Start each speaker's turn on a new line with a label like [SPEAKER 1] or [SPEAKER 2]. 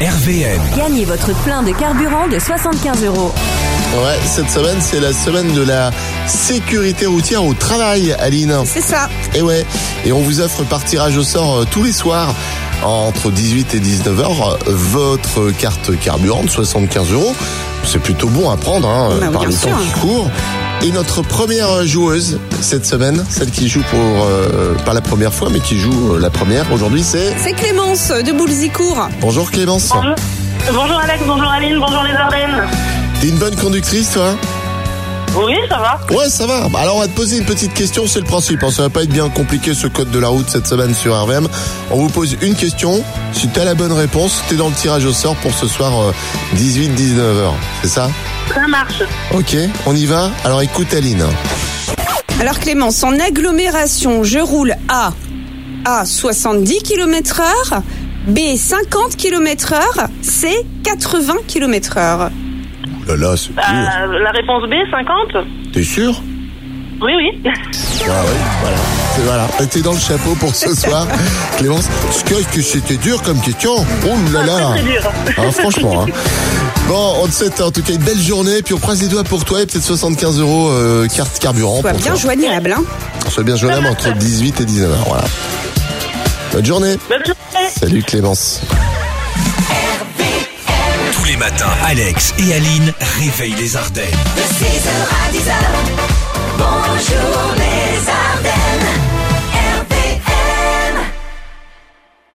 [SPEAKER 1] RVM.
[SPEAKER 2] Gagnez votre plein de carburant de 75 euros.
[SPEAKER 3] Ouais, cette semaine, c'est la semaine de la sécurité routière au travail, Aline.
[SPEAKER 4] C'est ça.
[SPEAKER 3] Et ouais, et on vous offre par tirage au sort euh, tous les soirs, entre 18 et 19h, votre carte carburant de 75 euros. C'est plutôt bon à prendre hein,
[SPEAKER 4] Bah oui,
[SPEAKER 3] par
[SPEAKER 4] bien
[SPEAKER 3] les temps
[SPEAKER 4] sûr.
[SPEAKER 3] qui courent. Et notre première joueuse cette semaine, celle qui joue pour euh, pas la première fois, mais qui joue euh, la première aujourd'hui, c'est
[SPEAKER 4] C'est Clémence de Boulzicourt.
[SPEAKER 3] bonjour Clémence.
[SPEAKER 5] Bonjour. Bonjour Alex, bonjour Aline, bonjour les Ardennes.
[SPEAKER 3] T'es une bonne conductrice, toi
[SPEAKER 5] Oui, ça va
[SPEAKER 3] Ouais, ça va. Bah, Alors, on va te poser une petite question, c'est le principe. hein. Ça va pas être bien compliqué ce code de la route cette semaine sur RVM. On vous pose une question. Si t'as la bonne réponse, t'es dans le tirage au sort pour ce soir euh, 18-19h. C'est ça
[SPEAKER 5] Ça marche. Euh,
[SPEAKER 3] Ok, on y va. Alors, écoute Aline.
[SPEAKER 4] Alors Clémence, en agglomération, je roule à A 70 km heure, B 50 km heure, C 80 km heure.
[SPEAKER 3] Ouh Oh là là, c'est dur.
[SPEAKER 5] Euh, la réponse B, 50
[SPEAKER 3] T'es sûr
[SPEAKER 5] Oui, oui.
[SPEAKER 3] Ah ouais, voilà. C'est- Voilà, t'es dans le chapeau pour ce soir, Clémence. Qu'est-ce que c'était dur comme question Oh là là
[SPEAKER 5] Ah, Très dur.
[SPEAKER 3] Hein, franchement. hein. Bon, on te souhaite en tout cas une belle journée, puis on croise les doigts pour toi et peut-être 75 euros euh, carte carburant.
[SPEAKER 4] Soit
[SPEAKER 3] pour
[SPEAKER 4] bien
[SPEAKER 3] toi.
[SPEAKER 4] joignable, hein.
[SPEAKER 3] Sois bien joignable entre 18 et 19 h Voilà. Bonne journée.
[SPEAKER 5] Bonne journée.
[SPEAKER 3] Salut Clémence.
[SPEAKER 1] Tous les matins, Alex et Aline réveillent les Ardennes.
[SPEAKER 6] De 6h à 10h, bonjour les Ardennes.